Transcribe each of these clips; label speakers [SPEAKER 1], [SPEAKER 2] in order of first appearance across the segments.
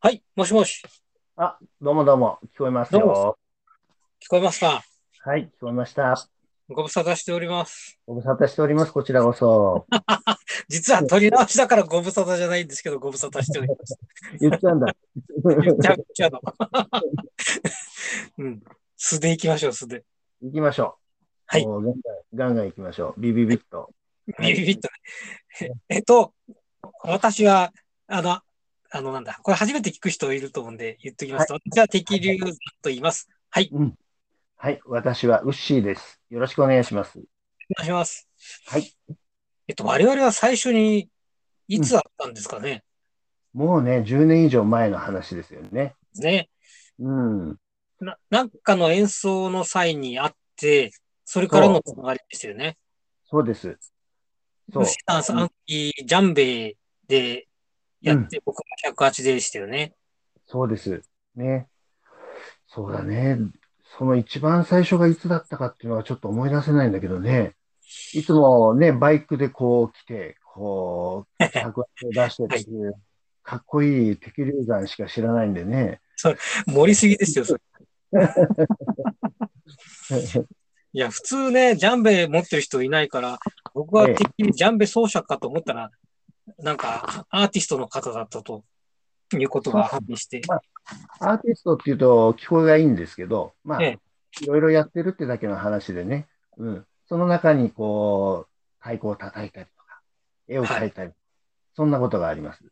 [SPEAKER 1] はい、もしもし、
[SPEAKER 2] どうもどうも、聞こえます
[SPEAKER 1] どうも
[SPEAKER 2] よ。
[SPEAKER 1] 聞こえますか
[SPEAKER 2] はい、聞こえました。
[SPEAKER 1] ご無沙汰しております。
[SPEAKER 2] ご無沙汰しております、こちらこそ。
[SPEAKER 1] 実は取り直しだからご無沙汰じゃないんですけど、ご無沙汰しております。
[SPEAKER 2] 言っちゃうんだ。
[SPEAKER 1] 言っちゃう、言っちゃうの。 うん。素で行きましょう、素で。
[SPEAKER 2] 行きましょう。
[SPEAKER 1] はい
[SPEAKER 2] もうガンガン、ガンガン行きましょう。ビビビッと。
[SPEAKER 1] ビビビッとね。えっと、私は、あの、あの、なんだ、これ初めて聞く人いると思うんで言っときますと、私は敵流と言います。はい、
[SPEAKER 2] はい、私はウッシーです。よろしくお願いします。
[SPEAKER 1] お願いします。
[SPEAKER 2] はい。
[SPEAKER 1] えっと、我々は最初に、いつあったんですかね、
[SPEAKER 2] もうね、10年以上前の話ですよね。
[SPEAKER 1] ね。
[SPEAKER 2] うん。
[SPEAKER 1] ななんかの演奏の際にあって、それからのつながりでしたよね。
[SPEAKER 2] そうです。そう
[SPEAKER 1] ム。シタンさん、ジャンベイでやって、僕も108でしたよね。
[SPEAKER 2] そうです。ね。そうだね。その一番最初がいつだったかっていうのはちょっと思い出せないんだけどね。いつもね、バイクでこう来て、こう、100を出してっていう、かっこいい敵流山しか知らないんでね。
[SPEAKER 1] 盛りすぎですよ、 それ。いや、普通ね、ジャンベイ持ってる人いないから、僕は
[SPEAKER 2] ええ
[SPEAKER 1] てっきりジャンベイ奏者かと思ったら、なんかアーティストの方だったということが判明して、
[SPEAKER 2] アーティストっていうと聞こえがいいんですけど、まあ、
[SPEAKER 1] え
[SPEAKER 2] いろいろやってるってだけの話でね。うん。その中にこう、太鼓を叩いたりとか、絵を描いたり、そんなことがあります。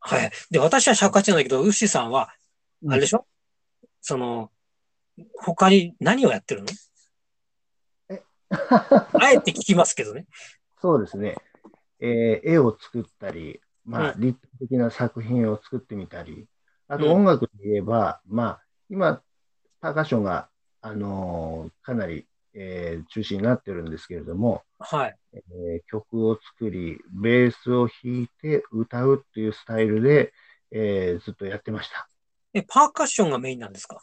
[SPEAKER 1] はい。で、私は尺八なんだけど、ウッシーさんは、あれで
[SPEAKER 2] し
[SPEAKER 1] しょ、その、他に何をやってるの
[SPEAKER 2] ょ
[SPEAKER 1] あえて聞きますけどね。
[SPEAKER 2] そうですね。えー絵を作ったり、まあ、立体的な作品を作ってみたり、あ
[SPEAKER 1] うん
[SPEAKER 2] と音楽で言えば、まあ、今、パーカッションが、あのーかなり、えー中心になってるんですけれども、
[SPEAKER 1] はい。
[SPEAKER 2] えー曲を作り、ベースを弾いて歌うっていうスタイルで、えーずっとやってました。
[SPEAKER 1] え、パーカッションがメインなんですか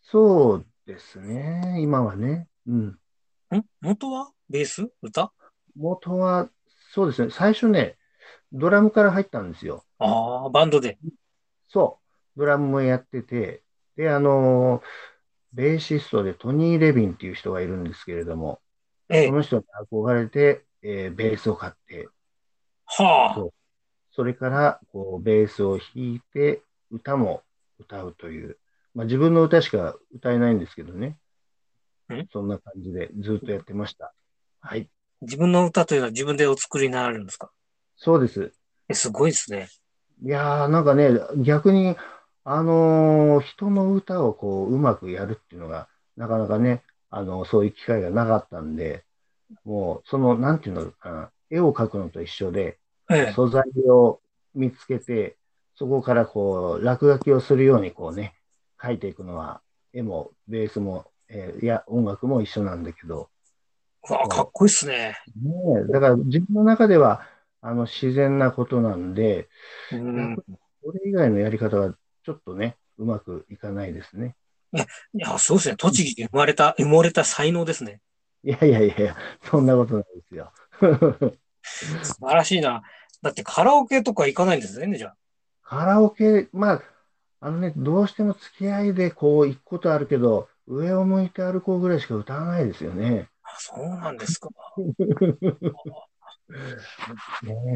[SPEAKER 2] そうですね、今はね。うん。
[SPEAKER 1] ん元はベース歌
[SPEAKER 2] 元は、そうですね、最初ね、ドラムから入ったんですよ。
[SPEAKER 1] ああ、バンドで。
[SPEAKER 2] そう、ドラムもやってて、で、あのベーシストでトニー・レビンっていう人がいるんですけれども、
[SPEAKER 1] ええ
[SPEAKER 2] そ。の人に憧れて、えーベースを買って、
[SPEAKER 1] はあ
[SPEAKER 2] そう。それからこうベースを弾いて、歌も歌うという、まあ、自分の歌しか歌えないんですけどね
[SPEAKER 1] ん、
[SPEAKER 2] そんな感じでずっとやってました。はい、
[SPEAKER 1] 自分の歌というのは自分でお作りになられるんですか
[SPEAKER 2] そうです。
[SPEAKER 1] え、すごいですね。
[SPEAKER 2] いやー、なんかね、逆に、あのー人の歌をこう、うまくやるっていうのが、なかなかね、あのそういう機会がなかったんで、もう、その、なんていうのかな、絵を描くのと一緒で、
[SPEAKER 1] ええ。
[SPEAKER 2] 素材を見つけて、そこからこう、落書きをするようにこうね、描いていくのは、絵もベースも、えーいや、音楽も一緒なんだけど、
[SPEAKER 1] うわあ、かっこいいですね。
[SPEAKER 2] ねえ、だから自分の中では、あの、自然なことなんで、
[SPEAKER 1] うん。
[SPEAKER 2] それ以外のやり方はちょっとね、うまくいかないですね。
[SPEAKER 1] いや、そうですね。栃木に生まれた、埋もれた才能ですね。
[SPEAKER 2] いやいやいやいや、そんなことないですよ。
[SPEAKER 1] 素晴らしいな。だってカラオケとか行かないんですね、じゃあ。
[SPEAKER 2] カラオケ、まあ、あのね、どうしても付き合いでこう行くことあるけど、上を向いて歩こうぐらいしか歌わないですよね。
[SPEAKER 1] あそうなんですか。
[SPEAKER 2] ね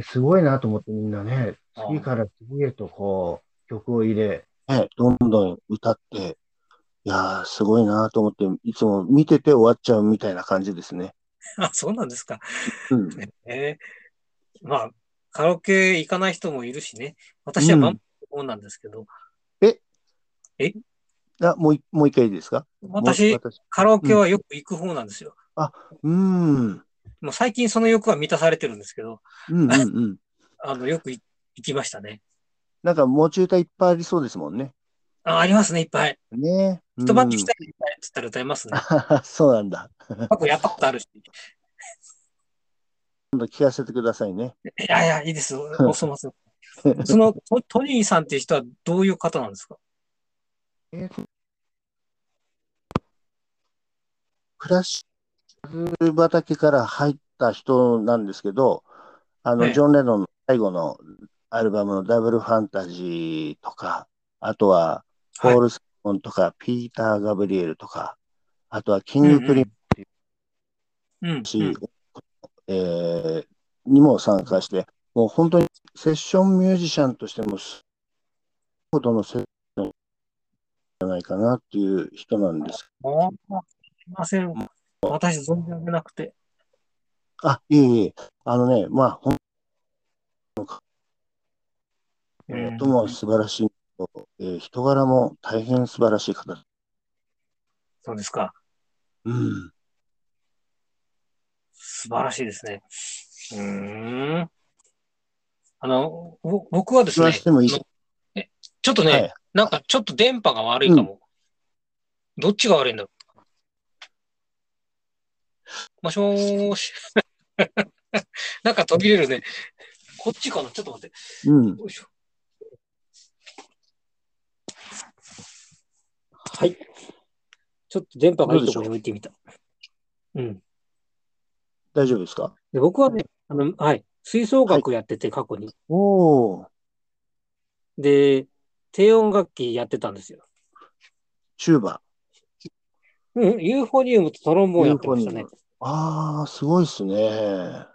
[SPEAKER 2] えすごいなと思ってみんなね、次から次へとこう曲を入れ、ねどんどん歌って、いやー、すごいなと思って、いつも見てて終わっちゃうみたいな感じですね。
[SPEAKER 1] あ、そうなんですか。
[SPEAKER 2] うん
[SPEAKER 1] ええまあ、カラオケ行かない人もいるしね。私はバンドの方なんですけど、
[SPEAKER 2] あ、もうい、もう一回いいですかもう
[SPEAKER 1] 私、
[SPEAKER 2] 私
[SPEAKER 1] カラオケはよく行く方なんですよ。
[SPEAKER 2] うーん。
[SPEAKER 1] もう最近その欲は満たされてるんですけど、
[SPEAKER 2] うんうんうん。
[SPEAKER 1] あの、よくい行きましたね。
[SPEAKER 2] なんか持ち歌いっぱいありそうですもんね。
[SPEAKER 1] あ、ありますね、いっぱい。
[SPEAKER 2] ねえ。
[SPEAKER 1] 一晩聞き
[SPEAKER 2] た
[SPEAKER 1] たいいっぱいって言ったら歌いますね。
[SPEAKER 2] そうなん だ。
[SPEAKER 1] 過去やったことあるし。い
[SPEAKER 2] 今度聞かせてくださいね。
[SPEAKER 1] やいや、いいですよ。おそます。そのト、トニーさんっていう人はどういう方なんですか
[SPEAKER 2] クラシック畑から入った人なんですけど、あの、
[SPEAKER 1] ええ
[SPEAKER 2] ジョン・レノンの最後の、あアルバムのダブルファンタジーとか、あとは、ポール・サイモンとか、ピーター・ガブリエルとか、あとは、キング・クリム
[SPEAKER 1] うん。
[SPEAKER 2] シー、えーにも参加して、もう本当にセッションミュージシャンとしても、すほどのセッションじゃないかなっていう人なんです。
[SPEAKER 1] もう、すいません。私、存じ上げなくて。
[SPEAKER 2] あ、いえいえ、あのね、まあ、本
[SPEAKER 1] うん
[SPEAKER 2] 当も素晴らしい、えー人柄も大変素晴らしい方です。
[SPEAKER 1] そうですか。
[SPEAKER 2] うん。
[SPEAKER 1] 素晴らしいですね。うーん。あの、ぼ僕はです
[SPEAKER 2] 言わ
[SPEAKER 1] ね、
[SPEAKER 2] してもいいし、
[SPEAKER 1] ちょっとね、
[SPEAKER 2] はい
[SPEAKER 1] なんかちょっと電波が悪いかも。どっちが悪いんだろう。もしもーし。 なんか途切れるね。こっちかなちょっと待って。
[SPEAKER 2] うん。
[SPEAKER 1] よいしょ。はい。ちょっと電波がいいところに置いてみた。うん。
[SPEAKER 2] 大丈夫ですか
[SPEAKER 1] で僕はね、あの、はい。吹奏楽やってて、過去に。
[SPEAKER 2] おー、
[SPEAKER 1] で、低音楽器やってたんですよ。
[SPEAKER 2] チューバ。
[SPEAKER 1] うん、ユーフォニウムとトロンボーンやってました
[SPEAKER 2] ユー
[SPEAKER 1] ね
[SPEAKER 2] フォニウム。あー、すごいっすね。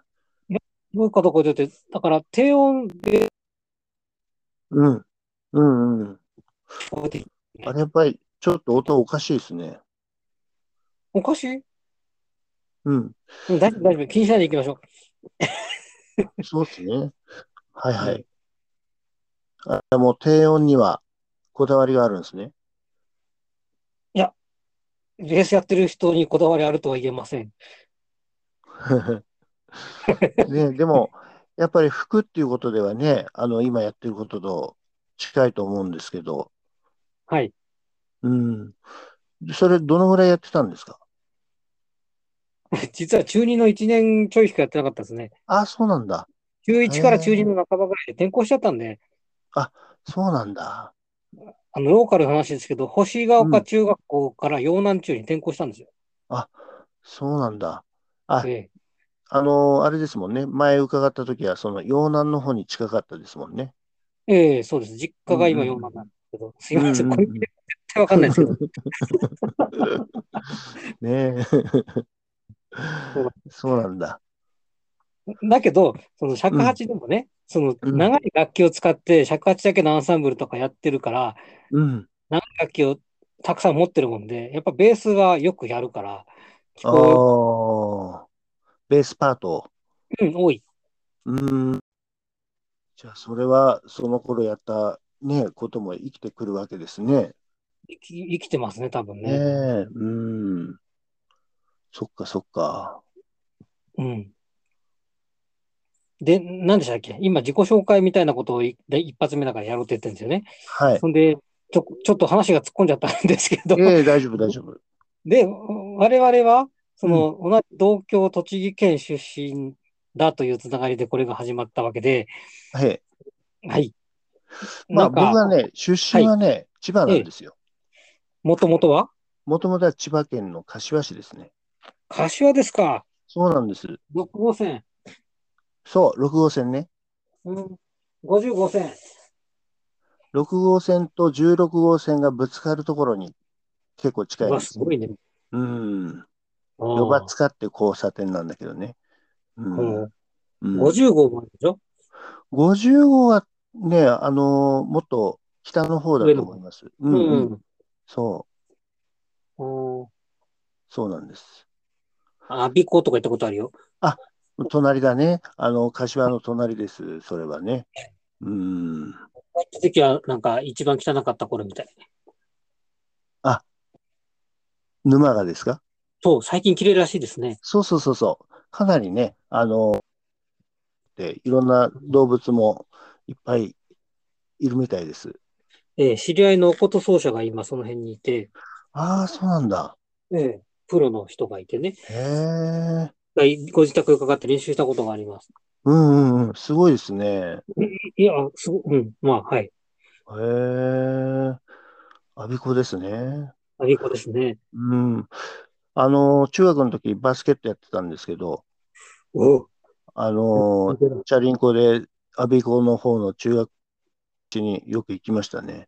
[SPEAKER 1] どういうかどこ出て、だから低音で、
[SPEAKER 2] うん。うんうん。あれやっぱり、ちょっと音おかしいですね。
[SPEAKER 1] おかしい
[SPEAKER 2] うん。
[SPEAKER 1] うん大丈夫、大丈夫。気にしないでいきましょ
[SPEAKER 2] そうですね。はいはい。あれもう低音にはこだわりがあるんです ね。
[SPEAKER 1] う。ベースやってる人にこだわりあるとは言えません。
[SPEAKER 2] ね、でも、やっぱり服っていうことではね、あの、今やってることと近いと思うんですけど、
[SPEAKER 1] はい。
[SPEAKER 2] うん。それ、どのぐらいやってたんですか
[SPEAKER 1] 実は中2の1年ちょいしかやってなかったですね。
[SPEAKER 2] あ、そうなんだ。
[SPEAKER 1] 中1から
[SPEAKER 2] へー
[SPEAKER 1] 中2の半ばぐらいで転校しちゃったんで、
[SPEAKER 2] そうなんだ。
[SPEAKER 1] あの、ローカルの話ですけど、星ヶ
[SPEAKER 2] う
[SPEAKER 1] 丘
[SPEAKER 2] ん
[SPEAKER 1] 中学校から陽南中に転校したんですよ。
[SPEAKER 2] そうなんだ。あ、
[SPEAKER 1] ええ
[SPEAKER 2] あの、あれですもんね。前伺った時は、その、洋南の方に近かったですもんね。
[SPEAKER 1] ええ、そうです。実家が今陽南なんですけど、すいません。
[SPEAKER 2] うん
[SPEAKER 1] こ
[SPEAKER 2] うんう
[SPEAKER 1] れ
[SPEAKER 2] ん
[SPEAKER 1] 絶対わかんないですけど、
[SPEAKER 2] ねえ。 そうなんだ。
[SPEAKER 1] だけど、その尺八でもね、その
[SPEAKER 2] うん
[SPEAKER 1] 長い楽器を使って尺八だけのアンサンブルとかやってるから、
[SPEAKER 2] うん。
[SPEAKER 1] 長い楽器をたくさん持ってるもんで、やっぱベースはよくやるから、聞
[SPEAKER 2] あ
[SPEAKER 1] こ
[SPEAKER 2] あ。ベースパート。
[SPEAKER 1] え、うん、多い。
[SPEAKER 2] うん。じゃあ、それは、その頃やった、ね、ことも生きてくるわけですね。
[SPEAKER 1] 生き生きてますね、多分
[SPEAKER 2] ね
[SPEAKER 1] ね。
[SPEAKER 2] え。うん。そっか、そっか。
[SPEAKER 1] うん。で、何でしたっけ今、自己紹介みたいなことをいで一発目だからやろうって言ってるんですよね。
[SPEAKER 2] はい。
[SPEAKER 1] そんで、ちょ、ちょっと話が突っ込んじゃったんですけど、
[SPEAKER 2] ええ、大丈夫、大丈夫。
[SPEAKER 1] で、我々は、その、同じ同郷栃木県出身だというつながりでこれが始まったわけで、
[SPEAKER 2] はい。
[SPEAKER 1] はい。
[SPEAKER 2] ま
[SPEAKER 1] な
[SPEAKER 2] あ、
[SPEAKER 1] ん
[SPEAKER 2] 僕は
[SPEAKER 1] か、
[SPEAKER 2] ね、出身はね、千葉なんですよ。
[SPEAKER 1] もともとは
[SPEAKER 2] もともとは千葉県の柏市ですね。
[SPEAKER 1] 柏ですか。
[SPEAKER 2] そうなんです。
[SPEAKER 1] 6号線。
[SPEAKER 2] そう、6号線ね。
[SPEAKER 1] うん。55線。
[SPEAKER 2] 6号線と16号線がぶつかるところに結構近いん
[SPEAKER 1] うわ、
[SPEAKER 2] です
[SPEAKER 1] す
[SPEAKER 2] ね。
[SPEAKER 1] ごいね。
[SPEAKER 2] うん。
[SPEAKER 1] あ
[SPEAKER 2] ロバ
[SPEAKER 1] ー
[SPEAKER 2] ツカって交差点なんだけどね。うん。
[SPEAKER 1] う
[SPEAKER 2] うん
[SPEAKER 1] ん。50号もあるでしょ
[SPEAKER 2] 50号はね、あのーもっと北の方だと思います。うん、うんそう、
[SPEAKER 1] うん。
[SPEAKER 2] そうなんです。
[SPEAKER 1] あ、美光とか行ったことあるよ。
[SPEAKER 2] 隣だね。あの、柏の隣です。それはね。うん。
[SPEAKER 1] 行った時は、なんか一番汚かった頃みたい。
[SPEAKER 2] 沼がですか
[SPEAKER 1] そう、最近綺麗らしいですね。
[SPEAKER 2] そうそうそうそう。かなりね、あの、で、いろんな動物もいっぱいいるみたいです。
[SPEAKER 1] ええ、知り合いの琴奏者が今その辺にいて、
[SPEAKER 2] ああ、そうなんだ。
[SPEAKER 1] ええ、プロの人がいてね。
[SPEAKER 2] へえ。
[SPEAKER 1] ご自宅にかかって練習したことがあります。
[SPEAKER 2] うんうんうん。すごいですね。
[SPEAKER 1] いや、すご、うん、まあ、はい。
[SPEAKER 2] へえ。アビコですね。
[SPEAKER 1] ありこですね。
[SPEAKER 2] うん。あの、中学の時バスケットやってたんですけど、
[SPEAKER 1] お
[SPEAKER 2] あの、チャリンコで安倍校の方の中学中によく行きましたね。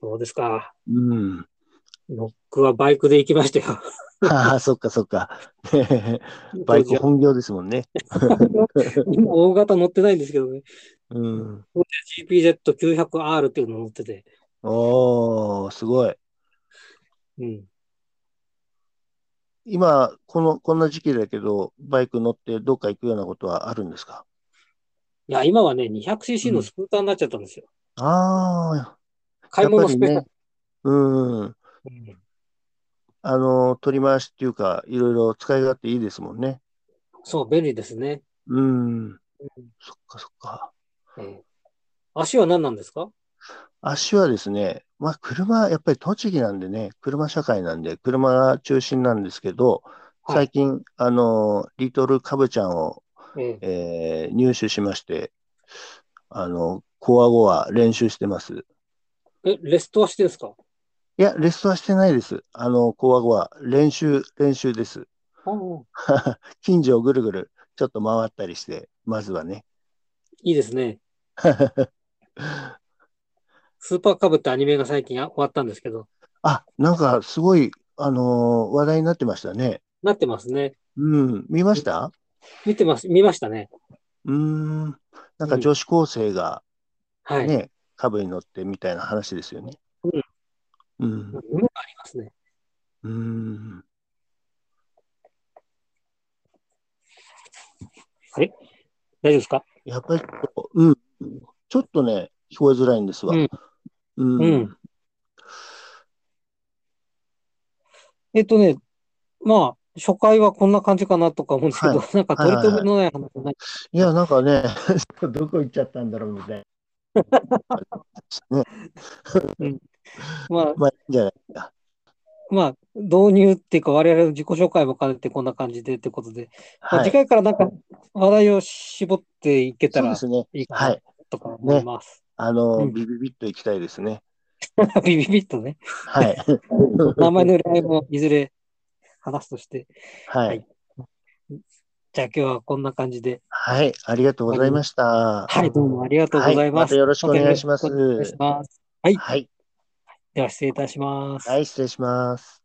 [SPEAKER 1] そうですか。
[SPEAKER 2] うん。
[SPEAKER 1] 僕はバイクで行きましたよ。
[SPEAKER 2] ああ、そっかそっか。 バイク本業ですもんね。
[SPEAKER 1] 今大型乗ってないんですけどね。
[SPEAKER 2] うん。
[SPEAKER 1] GPZ900R っていうの乗ってて。
[SPEAKER 2] おー、すごい。
[SPEAKER 1] うん。
[SPEAKER 2] 今、この、こんな時期だけど、バイク乗ってどっか行くようなことはあるんですか
[SPEAKER 1] いや、今はね、200cc のスクーターになっちゃったんですよ。
[SPEAKER 2] ああ、
[SPEAKER 1] 買
[SPEAKER 2] や
[SPEAKER 1] い
[SPEAKER 2] っぱ
[SPEAKER 1] 物ス
[SPEAKER 2] り
[SPEAKER 1] ペース
[SPEAKER 2] ね。うん。
[SPEAKER 1] うん
[SPEAKER 2] あの、取り回しっていうか、いろいろ使い勝手いいですもんね。
[SPEAKER 1] そう、便利ですね。
[SPEAKER 2] うん。そっかそっか。
[SPEAKER 1] ええ足は何なんですか
[SPEAKER 2] 足はですね、まあ、車、やっぱり栃木なんでね、車社会なんで、車が中心なんですけど、
[SPEAKER 1] はい
[SPEAKER 2] 最近、あの、リトルカブちゃんを、
[SPEAKER 1] ええ
[SPEAKER 2] えー入手しまして、あの、こわごわ練習してます。
[SPEAKER 1] え、レストはしてるんですか
[SPEAKER 2] いや、レストはしてないです。あの、こわごわ練習、練習です。近所をぐるぐる、ちょっと回ったりして、まずはね。
[SPEAKER 1] いいですね。スーパーカブってアニメが最近あ終わったんですけど、
[SPEAKER 2] あ、なんか、すごい、あのー話題になってましたね。
[SPEAKER 1] なってますね。
[SPEAKER 2] うん、見ました
[SPEAKER 1] 見てます、見ましたね。
[SPEAKER 2] うーん、なんか女子高生が
[SPEAKER 1] はい。
[SPEAKER 2] ね、株に乗ってみたいな話ですよね。うん。
[SPEAKER 1] 夢がありますね。
[SPEAKER 2] うん。
[SPEAKER 1] 大丈夫ですか
[SPEAKER 2] やっぱりちょっと、うん。ちょっとね、聞こえづらいんですわ。
[SPEAKER 1] うん
[SPEAKER 2] うん。
[SPEAKER 1] うんえっとね、まあ、初回はこんな感じかなとか思うんですけど、
[SPEAKER 2] は
[SPEAKER 1] なんか取り留めのない話ない。
[SPEAKER 2] いや、なんかね、 どこ行っちゃったんだろうみたい
[SPEAKER 1] まあ
[SPEAKER 2] な。、まあ、いいんじゃない
[SPEAKER 1] まあ、導入っていうか、我々の自己紹介も兼ねてこんな感じでってことで、まあ、
[SPEAKER 2] は
[SPEAKER 1] 次
[SPEAKER 2] い。
[SPEAKER 1] 回からなんか話題を絞っていけた
[SPEAKER 2] そう
[SPEAKER 1] ら
[SPEAKER 2] ですね。
[SPEAKER 1] いいか
[SPEAKER 2] は。
[SPEAKER 1] ないとか思います。
[SPEAKER 2] あの、
[SPEAKER 1] うん
[SPEAKER 2] ビビビッと行きたいですね。
[SPEAKER 1] ビビビッとね、
[SPEAKER 2] はい。
[SPEAKER 1] 名前の由来もいずれ話すとして、
[SPEAKER 2] はい。
[SPEAKER 1] じゃあ今日はこんな感じで。
[SPEAKER 2] はい。ありがとうございました。
[SPEAKER 1] はい、どうもありがとうございます。
[SPEAKER 2] はいまたよろしくお願いします
[SPEAKER 1] よろくお願いします
[SPEAKER 2] はい。
[SPEAKER 1] では失礼いたします。
[SPEAKER 2] はい、失礼します。